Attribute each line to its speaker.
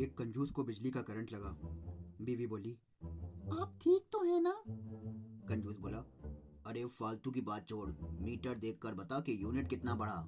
Speaker 1: एक कंजूस को बिजली का करंट लगा बीवी बोली
Speaker 2: आप ठीक तो है ना
Speaker 1: कंजूस बोला अरे फालतू की बात छोड़ मीटर देखकर बता कि यूनिट कितना बढ़ा